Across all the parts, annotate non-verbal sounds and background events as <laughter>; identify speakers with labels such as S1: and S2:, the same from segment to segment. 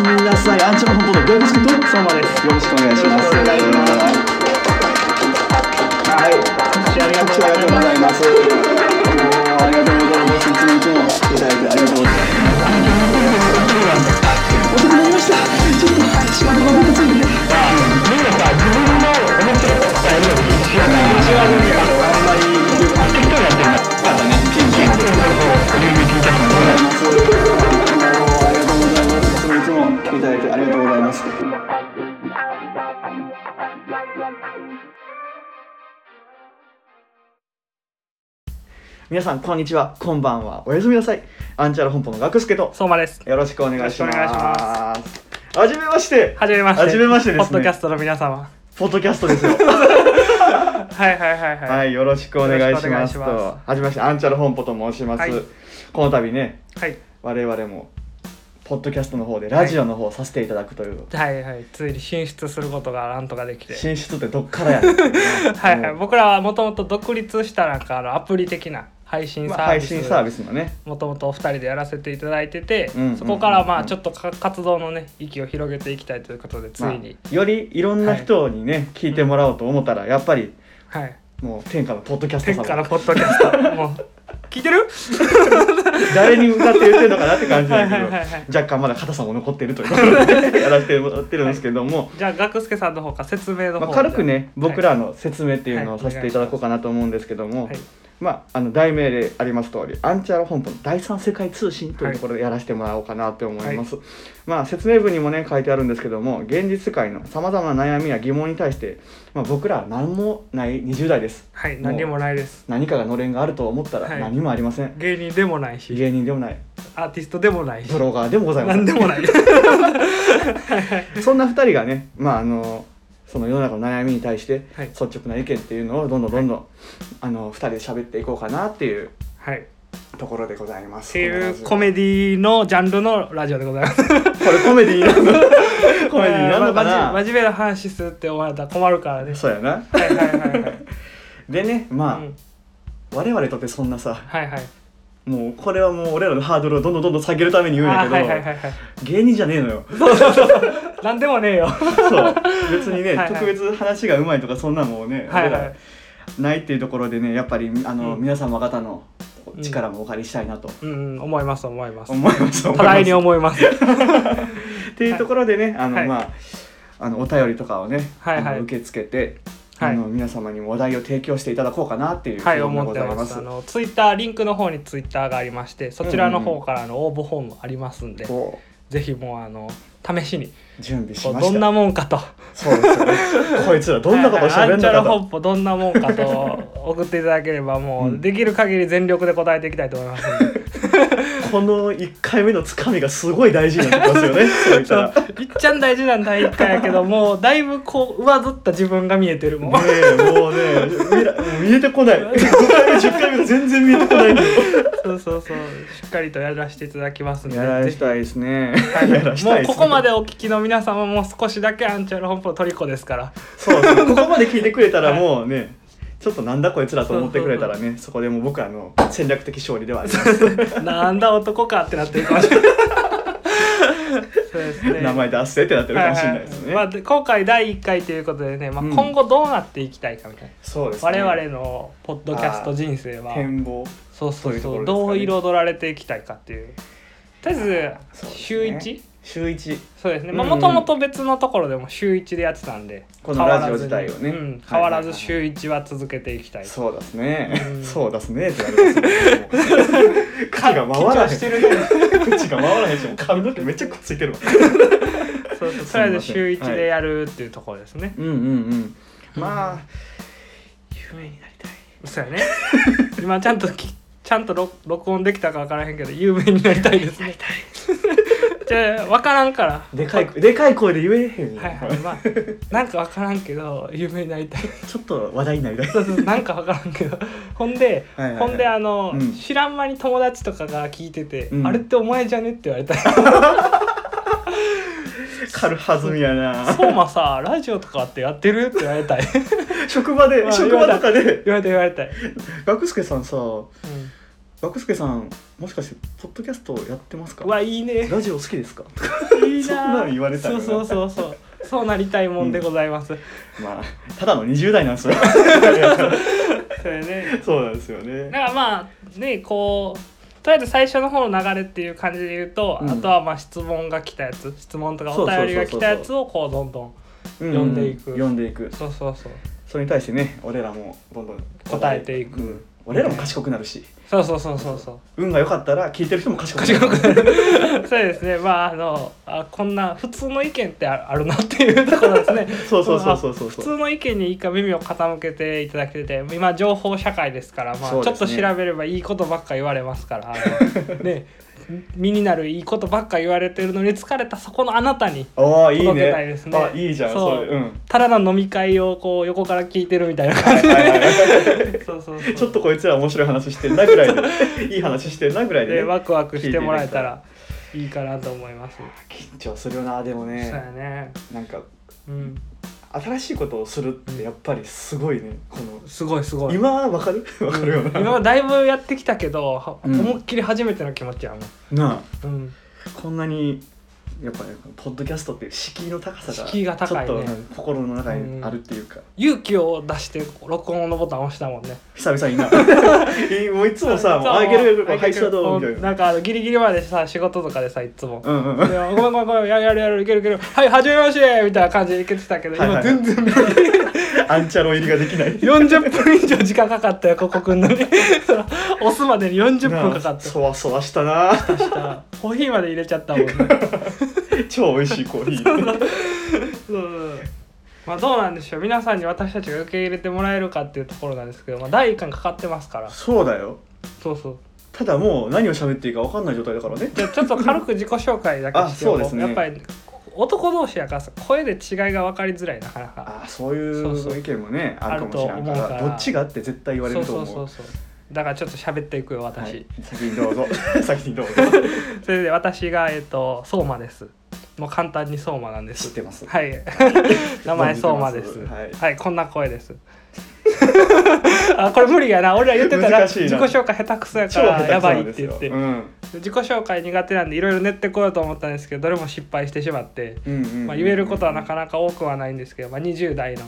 S1: ランチョン本舗の岩渕君とよ
S2: 相馬です。
S1: ろしくお願いします。
S2: よろしくお願いします
S1: はい、
S2: ありが
S1: 拍手ありがとうございます。もうありがとうございます。いつもいつもいただいてありがとうございます。遅くなりました。ちょっと仕事がまたついてて。ありがとうございます。いつもいつもいただいてありがとうございます。
S2: 皆さん、こんにちは。こんばんは。おやすみなさい。アンチャラ本舗の学助と。
S3: 相馬です。
S2: よろしくお願いし
S3: よ
S2: ま
S3: ろし
S2: す。
S3: くお願いし
S2: はじめまして。
S3: はじめまして。
S2: はじめましてですね
S3: ポッドキャストの皆様。
S2: ポッドキャスト <laughs> ですよ。
S3: はいはいはいはい。
S2: は
S3: はい。
S2: い、よろしくお願いし
S3: よ
S2: ま
S3: ろ
S2: す
S3: し
S2: と。
S3: くお願いしま
S2: はじめまして、アンチャル本舗と申します。
S3: はい
S2: この度ね、
S3: はい
S2: 我々も。ポッドキャストの方で、ラジオの方をさせていただくという。
S3: はいついに進出することがなんとかできて。
S2: 進出ってどっからやねんっていうね
S3: <laughs> はいはい。
S2: もう
S3: 僕らはもともと独立したなんかあのアプリ的な配信サ
S2: まあ
S3: ー
S2: 配
S3: ビス。
S2: 信サービスのね。
S3: もともとお二人でやらせていただいてて、
S2: うん
S3: そこからま
S2: う
S3: あ
S2: ん
S3: ちょっとか活動のね域を広げていきたいということでつ
S2: ま
S3: いに、
S2: あ、よりいろんな人にね、聞いてもらおうと思ったらやっぱり
S3: はい
S2: もう天下のポッドキャスト
S3: 天
S2: 様
S3: 下のポッドキャストも
S2: <laughs>
S3: う聞いてる
S2: 誰に向かって言ってるのかなって感じだけど
S3: はいはいはいはい
S2: 若干まだ硬さも残ってるということでねやらせてもらってるんですけども、
S3: じゃあ学助さんの方から説明の方
S2: まあ、軽くね
S3: はい
S2: 僕らの説明っていうのを
S3: はい
S2: させていただこうかなと思うんですけども、
S3: はい
S2: まあ、あの題名であります通りアンチャラ本舗の第三世界通信というところでやらせてもらおうかなって思います、まあ、説明文にもね書いてあるんですけども現実世界のさまざまな悩みや疑問に対して、まあ、僕らは何もない20代です
S3: はい何もないです
S2: 何かがのれんがあると思ったら
S3: はい
S2: 何もありません、
S3: 芸人でもないし
S2: 芸人でもない
S3: アーティストでもないし
S2: ブロガーでもございませ
S3: 何
S2: ん
S3: で
S2: <laughs>
S3: もない
S2: そんな2人がね、まあ、あのその世の中の悩みに対して
S3: はい
S2: 率直な意見っていうのをどんどんどんどん、あの2人で喋っていこうかなっていう
S3: はいっ
S2: ところでございます。
S3: ていうコ
S2: こ
S3: メディのジャンルのラジオでございます
S2: れコメディーな
S3: <laughs>
S2: のコメディーなのか
S3: まあま
S2: な
S3: じ真面目な話するって思われたら困
S2: <laughs>
S3: るからね
S2: そうやな。
S3: はいはいはいはい、
S2: でねまあ、
S3: うん
S2: 我々にとってそんなさ
S3: はいはい
S2: もうこれはもう俺らのハードルをどんどんどんどん下げるために言うんや
S3: あ
S2: けど、
S3: はいはいはいはい
S2: 芸人じゃねえのよ。
S3: 何でもね
S2: <laughs>
S3: えよ
S2: そう別にね
S3: はいはい
S2: 特別話がうまいとかそんなもうね、
S3: はい
S2: 俺
S3: は
S2: ら
S3: い
S2: ないっていうところでねやっぱりあの、
S3: うん
S2: 皆様方のお力もお借りしたいなと
S3: うん思います思います
S2: 思います思います
S3: <laughs> 互いに思いま
S2: <laughs>
S3: す
S2: っていうところでね、あの、
S3: はい
S2: まああのお便りとかをね、
S3: はいはい
S2: あの受け付けて、
S3: はい
S2: あの皆様にもお題を提供していただこうかなっていうふう
S3: はい
S2: に
S3: 思
S2: ご
S3: って
S2: ざい
S3: ま
S2: ますす。
S3: あのツイッターリンクの方にツイッターがありましてそちらの方からの応募フォームありますんで、
S2: こ
S3: ぜひもうあの試しに
S2: う準備し
S3: こう
S2: ま
S3: ど
S2: し
S3: ん
S2: た。
S3: なもんかと
S2: そうですよ <laughs> ね。こいつらどんなこと喋るんだ
S3: はいはいアンチャ
S2: か
S3: ラ
S2: と。
S3: 本舗どんなもんかと送っていただければも
S2: うん
S3: うできる限り全力で答えていきたいと思います
S2: <laughs>
S3: んで
S2: この一回目のつかみがすごい大事になってきますよね。 <laughs> そういったら。
S3: いっちゃん大事なん第一回やけどもうだいぶこう上ずった自分が見えてるも
S2: <laughs>
S3: ん
S2: ねえもうね見らもう見えてこない5回目10回目が全然見えてこないんだよ
S3: そうそうそうしっかりとやらせていただきますん
S2: <laughs>
S3: で
S2: やら
S3: ぜ
S2: し
S3: ひ
S2: たいですね、
S3: はい
S2: やらしたい
S3: もうここまでお聞きの皆様も少しだけアンチャラ本舗の虜ですから
S2: そうそうここまで聞いてくれ <laughs> たらもうね、ちょっとなんだこいつらと思ってくれたらねそこでもう僕らの戦略的勝利ではあります、
S3: なんだ男かってなってるかもしれないそうですね
S2: <laughs> 名前出してってなってるかもしれないです
S3: は
S2: ね、
S3: いはいまあで、今回第1回ということでね、まあ、
S2: うん
S3: 今後どうなっていきたいかみたいな、
S2: そうですね
S3: 我々のポッドキャスト人生は
S2: 展望
S3: そうそ
S2: そ
S3: うそう
S2: ういうとこ
S3: ど
S2: ろ
S3: う
S2: ですかね
S3: 彩られていきたいかっていうとりあえず
S2: そうですね
S3: 週1
S2: 週一
S3: そうですねまあ
S2: うんうん
S3: もともと別のところでも週1でやってたんで
S2: このラジオ自体をね
S3: 変わらずにうん変わら
S2: はいはいは
S3: ず
S2: い
S3: 週1は続けていきたい
S2: そうですね、
S3: うん
S2: そうですねってなりますねもう口
S3: か
S2: が回ら
S3: 緊張
S2: へん
S3: してるけど
S2: 口が回らへんしもう髪の毛めっちゃくっついてるわ
S3: そうそう
S2: す
S3: と
S2: いませ
S3: りあ
S2: ん
S3: えず週1でやるっていうところですね、
S2: うんうんうんまあ有名になりたい
S3: そうやね今ちゃんときちゃんと録録音できたか分からへんけど有名になりたいですね <laughs> じゃあ分からんから
S2: でかいでかい声で言えへんよ、
S3: はいはいまあなんか分からんけど有名になりたい
S2: ちょっと話題になりたい
S3: そうそうなんか分からんけどほんで、
S2: はいはいはい
S3: ほんであの、
S2: うん
S3: 知らん間に友達とかが聞いてて「
S2: うん
S3: あれってお前じゃね?」って言われた
S2: <laughs>
S3: ら
S2: 軽はずみや
S3: 「
S2: な
S3: 相馬さラジオとかってやってる?」って言われたい
S2: 職場で
S3: まあ
S2: 職場とかで
S3: 言われたい言われたい、
S2: 学助さんさ
S3: うん
S2: 学助さんもしかしてポッドキャストやってますか
S3: うわいいね
S2: ラジオ好きですか
S3: い
S2: <laughs>
S3: いな
S2: そんなん言われたら
S3: そうそうそうそうそうなりたいもんでございます、
S2: まあただの20代 <laughs> なんですよ
S3: それね
S2: そうなんですよね
S3: だからまあねこうとりあえず最初の方の流れっていう感じで言うと、
S2: うん
S3: あとはまあ質問が来たやつ質問とか
S2: そ
S3: お
S2: うそうそうそう
S3: 便りが来たやつをこうどんどん
S2: う
S3: 読んでいく
S2: 読んでいく
S3: そうそうそう
S2: それに対してね俺らもどんどん
S3: 答えていく
S2: うん俺らも賢くなるし
S3: そうそうそうそうそう
S2: 運が良かったら聞いてる人も賢くなる
S3: 賢 <laughs> くなるそうですねまああのあこんな普通の意見ってああるなっていうところですね
S2: そうそうそうそうそう
S3: 普通の意見に一回耳を傾けていただけて今情報社会ですから、まあ
S2: そう
S3: ち
S2: で
S3: ょっ
S2: す
S3: と
S2: ね
S3: 調べればいいことばっか言われますからあのね身になるいいことばっか言われてるのに疲れたそこのあなたに
S2: ああいい
S3: 届けたい
S2: ね
S3: ですね
S2: あいいじゃん
S3: そう
S2: それうん
S3: ただの飲み会をこう横から聞いてるみたいな感
S2: はい
S3: じ
S2: はいはい
S3: でそうそうそう
S2: ちょっとこい <laughs> つら面白い話してんなぐらいでいい話してんなぐらい
S3: <laughs> で
S2: でね
S3: ワクワクしてもらえたらいいかなと思います、
S2: 緊張するよなでも
S3: そうや
S2: ね
S3: ね
S2: なんか
S3: うん
S2: 新しいことをするってやっぱりすごいねこの
S3: すごいすごい
S2: 今はわかるわかるよな
S3: 今はだいぶやってきたけど、は
S2: うん
S3: 思いっきり初めての気持ちやもん、
S2: なあ
S3: うん、
S2: こんなにやっぱねポッドキャストっていう敷居の高さが
S3: 敷居が高いね
S2: ちょっとうん心の中にあるっていうか、
S3: 勇気を出して録音のボタン押したもんね
S2: 久々
S3: <laughs>
S2: になえもういつもさ「もうあいけるよいけるはいスタート」みたいな
S3: なんかあのギリギリまでさ仕事とかでさいつも「
S2: うんうん
S3: いやごめんごめんごめんやるやるやるいけるいけるはい始めまして」みたいな感じでいけてたけど
S2: はいは
S3: 今
S2: いはい
S3: 全然
S2: アンチャロ入りができない
S3: 40分以上時間かかったよここ来んのに <laughs> その押すまでに40分かか
S2: なあ
S3: った
S2: そわそわした
S3: <laughs>
S2: な
S3: したコーヒーまで入れちゃったもんね
S2: 超美味しいコーヒー
S3: そうまあどうなんでしょう皆さんに私たちが受け入れてもらえるかっていうところなんですけど、まあ、第一巻かかってますから
S2: そうだよ
S3: そうそう
S2: ただもう何を喋っていいか分かんない状態だからね
S3: じゃあちょっと軽く自己紹介だけして
S2: <laughs> あそ
S3: も
S2: うですね
S3: やっぱり男同士やからさ声で違いが分かりづらいなかなか
S2: ああそうい
S3: そうそう
S2: う意見もねあるかもしれんか
S3: あると思
S2: ら
S3: うから
S2: どっちがって絶対言われ
S3: そう
S2: ると
S3: そ
S2: 思
S3: う
S2: う
S3: そうそうだからちょっと喋っていくよ私、
S2: はい、先にどう
S3: <laughs>
S2: ぞ先にどうぞ
S3: それで私がえっ、と相馬ですもう簡単に相馬なんで
S2: 知っ
S3: す
S2: てます
S3: はい
S2: <laughs>
S3: 名前相馬です
S2: 存じてます
S3: はい、こんな声です <laughs> あこれ無理やな俺ら言ってたら
S2: 難しい
S3: 自己
S2: な
S3: 紹介下手くそやか
S2: 超
S3: ら
S2: 下手
S3: や
S2: くそ
S3: ば
S2: ないん
S3: っ
S2: で
S3: て
S2: す
S3: 言
S2: よ
S3: って、
S2: うん
S3: 自己紹介苦手なんでいろいろ練ってこようと思ったんですけどどれも失敗してしまって
S2: うんうんうん
S3: まあ、言えることはなかなか多くはないんですけど、まあ、20代のた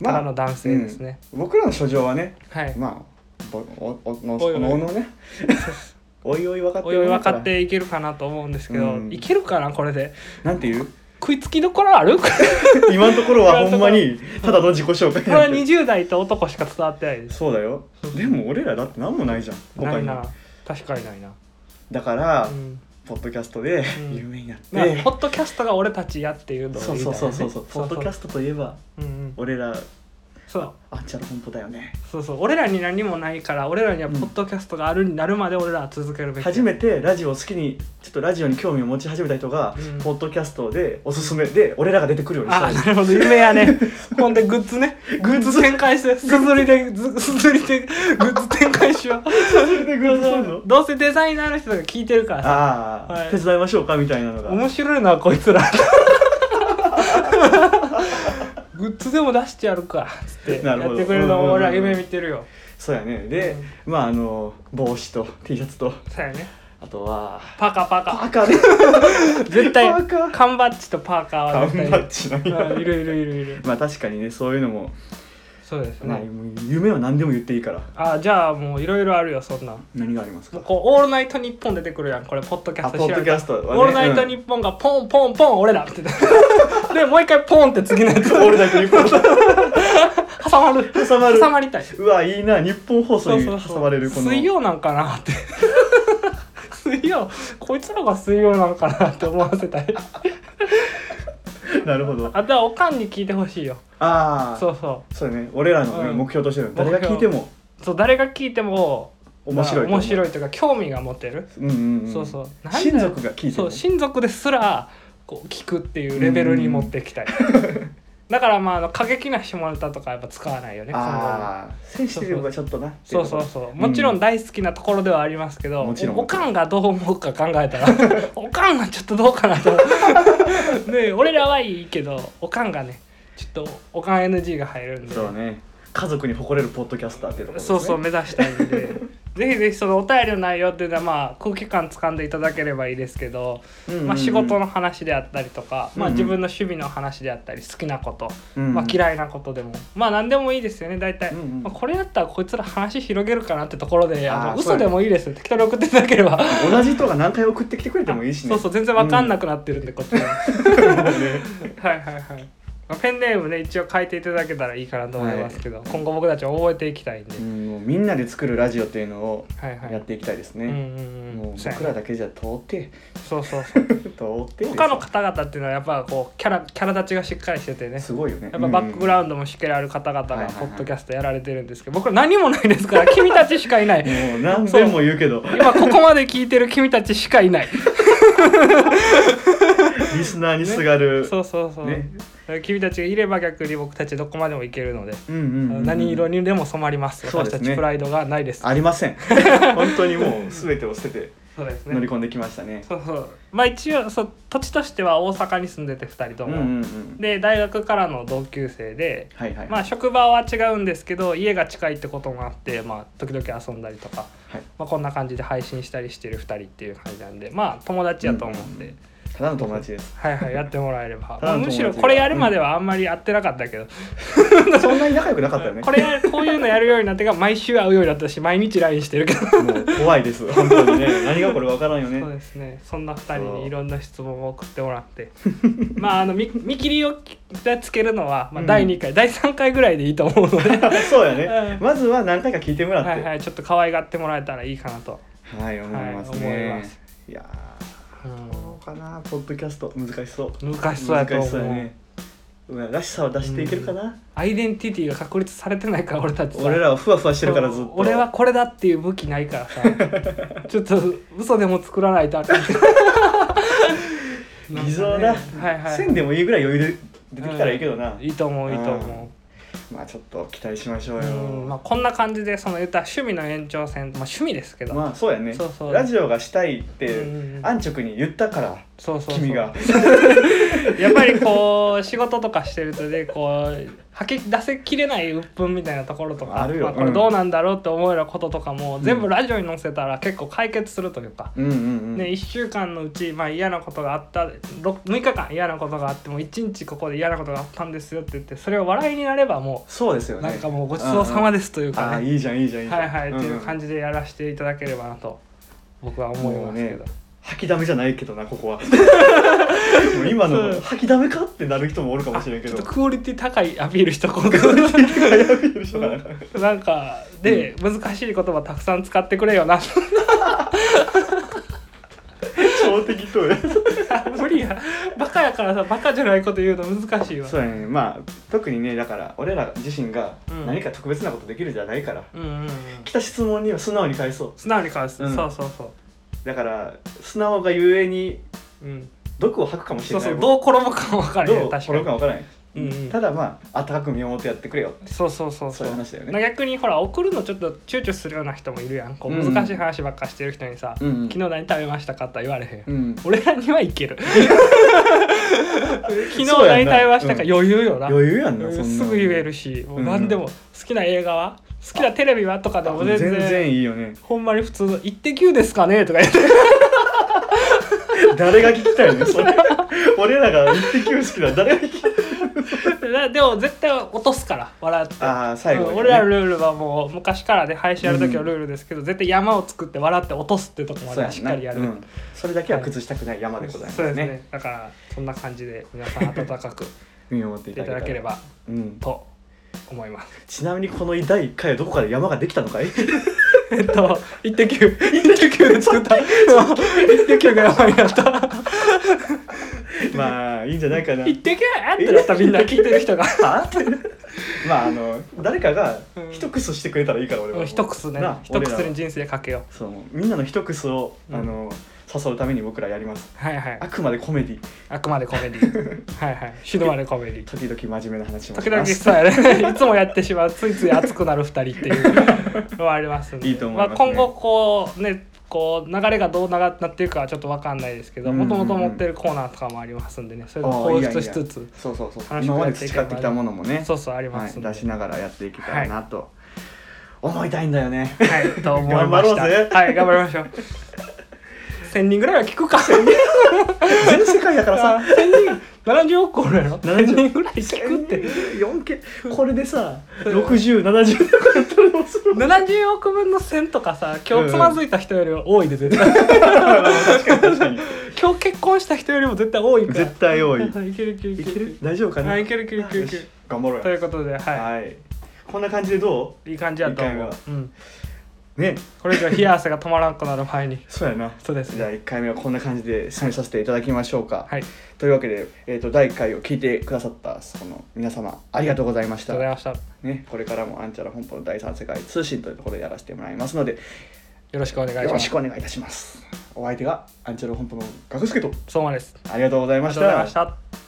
S2: ま
S3: だ
S2: あ
S3: の男性ですね、
S2: 僕らの書状はね
S3: はい、
S2: まあぼおおの
S3: おいおい
S2: おのおの
S3: <laughs>
S2: ねおいおい分かって
S3: おいおい分かっていけるかなと思うんですけど、
S2: うん
S3: いけるかなこれで
S2: なんていう <laughs>
S3: 食いつきどころあるこ
S2: 今のところはほんまにただの自己紹介
S3: れは
S2: なんて
S3: 20代と男しか伝わってないです
S2: そうだよでも俺らだって何もないじゃん
S3: な
S2: 他
S3: い
S2: に
S3: な確かにないな、
S2: だから
S3: うん
S2: ポッドキャストで
S3: うん
S2: 有名になっ
S3: まあ
S2: て
S3: ポッドキャストが俺たちやっていうの
S2: そう
S3: みたいな
S2: そう
S3: ね
S2: そうそうそうポッドキャストといえば
S3: うんうん
S2: 俺ら
S3: そう
S2: あんちゃら本舗だよね
S3: そうそう俺らに何もないから俺らにはポッドキャストがあるになるまで俺らは続けるべき
S2: 初めてラジオを好きにちょっとラジオに興味を持ち始めた人が、
S3: うん
S2: ポッドキャストでおすすめで俺らが出てくるようにした
S3: あ
S2: い
S3: なるほど夢やねほんでグッズねグッズ展開してすずりでずすずりでグッズ展開しよ
S2: でグッズするの
S3: うどうせデザイナーの人が聞いてるからさ
S2: ああ、
S3: はい
S2: 手伝いましょうかみたいなのが
S3: 面白いなこいつらグッズでも出してやるかつって
S2: な
S3: や
S2: るほど
S3: ってくれるの
S2: うんうん
S3: も
S2: うん
S3: 俺は夢見てるよ
S2: そうやねで、まああの帽子と T シャツと
S3: そうやね
S2: あとは
S3: パーカーパーカ
S2: パ
S3: ー
S2: ーカーで
S3: <laughs> 絶対
S2: パーカー
S3: 缶バッジとパーカーは
S2: 缶
S3: 絶対
S2: バッジなんや
S3: うんいるいるいるいる
S2: まあ確かにねそういうのも,、
S3: そうです
S2: まあ、
S3: ね
S2: もう夢は何でも言っていいから
S3: あじゃあもういろいろあるよそんなん
S2: 何があります
S3: も
S2: か
S3: うこう「オールナイトニッポン」出てくるやんこれポッドキャ
S2: あ
S3: スト
S2: ポッ
S3: 調
S2: ド
S3: べ
S2: キ
S3: た
S2: ャストはね
S3: オールナイトニッポン」がポンポンポン俺だってでもう一回ポンって次のやつ
S2: うんオールナイトニッポ
S3: 挟まる
S2: ン挟まる
S3: 挟まりたいう
S2: わいいな日本放送に挟まれるこの
S3: 水曜なんかなって <laughs> 水曜こいつらが水曜なんかなって思わせたい
S2: なるほど
S3: あとはおかんに聞いてほしいよ
S2: ああ
S3: そうそ
S2: そうね俺らのね、
S3: うん
S2: 目標としてる
S3: 標
S2: 誰が聞いても
S3: うそう誰が聞いても
S2: 面白いと
S3: ま
S2: 思
S3: あ
S2: う
S3: 面白いというか興味が持てる、
S2: うんうんうん、
S3: そうそうなんだよ
S2: 親族が聞いて
S3: そ
S2: も
S3: う親族ですらこう聞くっていうレベルに持って
S2: <laughs>
S3: いきたいだからまああの過激な下ネタとかやっぱ使わないよね
S2: ああセンシティブがちょっとな
S3: そのそうそう
S2: う
S3: そうもちろん大好きなところではありますけど、
S2: もちろん
S3: おおかんがどう思うか考えたら
S2: <laughs>
S3: おかんがちょっとどうかなと <laughs> ね俺らはいいけどおかんがねちょっとおかん NG が入るんで
S2: そうね家族に誇れるポッドキャスターっていうところです
S3: そ
S2: ね <laughs>
S3: うそう目指したいんでぜひぜひそのお便りの内容っていうのはまあ空気感掴んでいただければいいですけど、
S2: うんうんうん
S3: まあ、仕事の話であったりとか、まあ、
S2: うんうん
S3: 自分の趣味の話であったり好きなこと、
S2: うんうん
S3: まあ、嫌いなことでもまあ何でもいいですよね大体、
S2: うんうん
S3: まあ、これやったらこいつら話広げるかなってところであの
S2: あーそう
S3: 嘘
S2: やね
S3: でもいいですよ適当に送っていただければ
S2: 同じ人が何回送ってきてくれてもいいしね
S3: そうそう全然わかんなくなってるんでこっちは <laughs> はいはいはい、まあ、ペンネームね一応変えていただけたらいいかなと思いますけど、今後僕たちも覚えていきたいん
S2: <laughs>
S3: で、
S2: うんもうみんなで作るラジオっていうのを
S3: はいはい
S2: やっていきたいですね、
S3: うんうん
S2: も
S3: う
S2: うん
S3: そうや
S2: 僕
S3: ね
S2: らだけじゃ通って <laughs>
S3: そうそうそう
S2: 通ってです
S3: 他の方々っていうのはやっぱこうキャラキャラ立ちがしっかりしててね
S2: すごいよね
S3: やっぱバックグ
S2: ウ
S3: ラ
S2: ン
S3: ウンドもしっかりある方々
S2: はい
S3: が
S2: はいは
S3: ポ
S2: い
S3: ッドキャストやられてるんですけど僕ら何もないですから君たちしかいない
S2: もう何遍も言うけど
S3: 今ここまで聞いてる君たちしかいない
S2: リスナーにすがる、
S3: そうそうそう、
S2: ね
S3: 君たちがいれば逆に僕たちどこまでもいけるので、
S2: うんうんうんうん
S3: 何色にでも染まります
S2: そうで
S3: 私
S2: すね
S3: たちプライドがないです
S2: ありませ
S3: <laughs>
S2: ん本当にもう全てを捨てて
S3: そうです
S2: 乗り
S3: ね
S2: 込んできましたね
S3: そうそうまあ一応そう土地としては大阪に住んでて2人と
S2: うん
S3: も、
S2: うんうん
S3: で大学からの同級生で
S2: はいはい
S3: まあ職場は違うんですけど家が近いってこともあってまあ時々遊んだりとか、
S2: はい
S3: まあ、こんな感じで配信したりしてる2人っていう感じなんでまあ友達やと思って、
S2: ただの友達
S3: <laughs>
S2: です
S3: はいはいやってもらえれば、
S2: た
S3: ま
S2: だ
S3: あ、
S2: の友
S3: む
S2: 達
S3: しろこれやるまではあんまりやってなかったけど、
S2: そんなに仲良くなかったよね
S3: これこういうのやるようになってから毎週会うようになったし毎日 LINE してるけど
S2: もう怖
S3: <laughs>
S2: いです本当にね何がこれ分からんよ
S3: そう
S2: ね
S3: ですねそんな2人にいろんな質問を送ってもらってまああの見見切りをつけるのは、まあ、
S2: うん
S3: 第2回、第3回ぐらいでいいと思うので
S2: そうやね
S3: うん
S2: まずは何回か聞いてもらって
S3: はいはいちょっと可愛がってもらえたらいいかなと、
S2: はい思います
S3: はい思い
S2: ね
S3: ます
S2: いや
S3: う、
S2: ーどうかなポッドキャスト難しそうん
S3: 難しそうやと思う
S2: やうんらしさを出していけるかな
S3: アイデンティティが確立されてないから俺たちさ
S2: 俺らはふわふわしてるからずっと
S3: そう俺はこれだっていう武器ないか
S2: <laughs>
S3: らさちょっと嘘でも作らないとあかん
S2: 偽造だ
S3: はいはい
S2: 線でもいいぐらい余裕で出てきたらいいけどない
S3: いと思ういいと思う
S2: まあちょっと期待しましょう
S3: うんまあ、
S2: よ
S3: こんな感じでその言ったら趣味の延長線、まあ、趣味ですけど、
S2: まあそうやね
S3: そうそう
S2: ラジオがしたいっ
S3: うん
S2: て
S3: うんうん
S2: 安直に言ったから
S3: そうそうそう
S2: 君
S3: <laughs>
S2: が
S3: やっぱりこう仕事とかしてるとねこう吐き出せきれない鬱憤みたいなところとか
S2: あるよ
S3: まあ、これどうなんだろうって思えることとかも、全部ラジオに載せたら結構解決するというか、
S2: うんうんう
S3: ね、
S2: ん
S3: 1週間のうち、まあ、嫌なことがあった 6, 6日間嫌なことがあっても1日ここで嫌なことがあったんですよって言ってそれを笑いになればも
S2: そうですよ
S3: う
S2: ね
S3: なんかもうごちそうさまですという
S2: あ
S3: か
S2: あ
S3: ね
S2: いいじゃんいいじゃんいいじゃん
S3: はいはいっていう感
S2: じ
S3: じでやらせていただければなと僕は思いますけど、
S2: もうね吐きだめじゃないけどなこ
S3: <laughs>
S2: こはもう今の吐きだめかってなる人もおるかもしれんけ
S3: ちょっ
S2: ど
S3: とクオリティ高いアピールしとこうと
S2: <laughs>
S3: なんかで、難しい言葉たくさん使ってくれよな
S2: 超適当や
S3: 無理やバカやからさバカじゃないこと言うの難しいわ
S2: そうやねまあ特にねだから俺ら自身が
S3: うん
S2: 何か特別なことできるじゃないから、
S3: うんうんうん
S2: 来た質問には素直に返そう
S3: 素直に返す、
S2: うん
S3: そうそうそ
S2: だから素直がゆえに
S3: ううん
S2: 毒を吐くかもし
S3: そ
S2: れ
S3: う
S2: ない
S3: そうどう転ぶかも分からへ
S2: ど
S3: ん
S2: う
S3: 確
S2: 転
S3: か
S2: ぶか
S3: に
S2: 分からない、
S3: うんうん
S2: ただまあ温かく見守ってやってくれよ
S3: そうそうそう
S2: そういう話だよね
S3: な逆にほら送るのちょっと躊躇するような人もいるやんこう
S2: うんうん
S3: 難しい話ばっかしてる人にさ「
S2: うんうん
S3: 昨日何食べましたか?」とは言われへん、
S2: うん
S3: 俺らにはい
S2: <laughs>
S3: ける昨日
S2: そうや
S3: 何
S2: んな
S3: 食べましたか
S2: うん
S3: 余裕よな、
S2: 余裕やんなそんなの
S3: すぐ言えるしもう
S2: うん
S3: 何でも好きな映画は好きなテレビはとかで
S2: あ
S3: も
S2: 全
S3: 全然
S2: 然いいよね
S3: ほんまに普通の「イッテ Q ですかね?」とか言って <laughs>
S2: 誰が聞きたいのそれ俺らが一滴好きだ誰が聞きたい
S3: なでも絶対落とすから笑って
S2: ああ最後にね
S3: うん俺らのルールはもう昔からね配信やる時のルールですけど、絶対山を作って笑って落とすってとこま
S2: そうやん
S3: で
S2: な
S3: しっかりやる
S2: うんそれだけは崩したくない山でございます
S3: そう
S2: ね,、
S3: ですねだからそんな感じで皆さん温か
S2: <laughs>
S3: く
S2: 見守って
S3: い
S2: い
S3: た
S2: た
S3: だ
S2: だ
S3: け
S2: け
S3: れ
S2: れば、
S3: ば
S2: うん、
S3: と思います <laughs>
S2: ちなみにこの第1回はどこから山ができたのかい
S3: えっと「イッテ Q」「イッテ Q」で
S2: <laughs>
S3: 作った「イッテ Q」が山になった
S2: まあいいんじゃないかな
S3: 「イッテ Q」ってなったみんな聞いてる人が <laughs>
S2: はって <laughs> まああの誰かが一クスしてくれたらいいから俺は、
S3: うん一くすね
S2: な
S3: 一くす
S2: 俺ら
S3: に
S2: は
S3: 人生かけよう
S2: そうみんなの一クスを、
S3: うん
S2: あの誘うために僕らやります
S3: はいはい
S2: あくまでコメディ
S3: あくまでコメ
S2: <laughs>
S3: ディはいはい死ぬまでコメディ
S2: 時々真面目な話も
S3: 時
S2: し
S3: 々
S2: ます
S3: そうやね <laughs> いつもやってしまうついつい熱くなる2人っていうのはありますんで
S2: いいと思いますね
S3: あ、今後こうねこう流れがどうながなっていくかはちょっと分かんないですけど
S2: うんうん
S3: も
S2: うん
S3: ともと持ってるコーナーとかもありますんでねそれを
S2: ああ
S3: 放
S2: いやい
S3: 出
S2: や
S3: しつつ
S2: そうそうそう
S3: 楽しく
S2: 今ま
S3: や
S2: で
S3: っていけば
S2: 培ってきたものもね
S3: そうそうありま
S2: は
S3: す
S2: い、
S3: んで、
S2: 出しながらやっていけたらなと思いたいんだよ
S3: <laughs>
S2: ね
S3: はい、と思いました。
S2: 頑張ろうぜ
S3: はい、頑張りま
S2: <laughs>
S3: しょう。千人ぐらいは聞くか。
S2: 全世界だから
S3: <laughs>
S2: さ
S3: 千人、七十億個おるやろ。千
S2: 70
S3: 人ぐらい聞くって。
S2: 4K これでさ6070とかやったらどうする
S3: 七十億分の千とかさ、今日つまずいた人よりは多いで絶
S2: <laughs>
S3: 対。
S2: 確かに確か
S3: <laughs>
S2: に
S3: 今日結婚した人よりも絶対多いから
S2: 絶。対多
S3: <laughs>
S2: い
S3: いけるいけるい
S2: い
S3: け
S2: け
S3: る
S2: る。大丈夫かな
S3: はいいけるいけるいけるいける
S2: よし頑張ろう
S3: と
S2: や
S3: いうことで、は
S2: はいこんな感じでど
S3: い、いい感じやと思
S2: いうい感。
S3: うん、
S2: うね
S3: これ以上冷や汗が止まらんくなる前に。
S2: そうやな
S3: そうです
S2: じゃあ1回目はこんな感じで締めさせていただきましょうか、
S3: はい、あり
S2: というわけで、えー、と第1回を聞いてくださったその皆様ありがとうございまし
S3: がと
S2: た
S3: うございました。よ
S2: ね、これからもアンチャラ本舗の第三世界通信というところでやらせてもらいますので
S3: ろしくお願い
S2: よ
S3: し
S2: ろ
S3: ま
S2: し
S3: す
S2: く。お願いいたしますお相手がアンチャラ本舗の学助と
S3: そうまです。
S2: ありがとうござい
S3: あ
S2: まし
S3: りがとうござい
S2: た
S3: ました。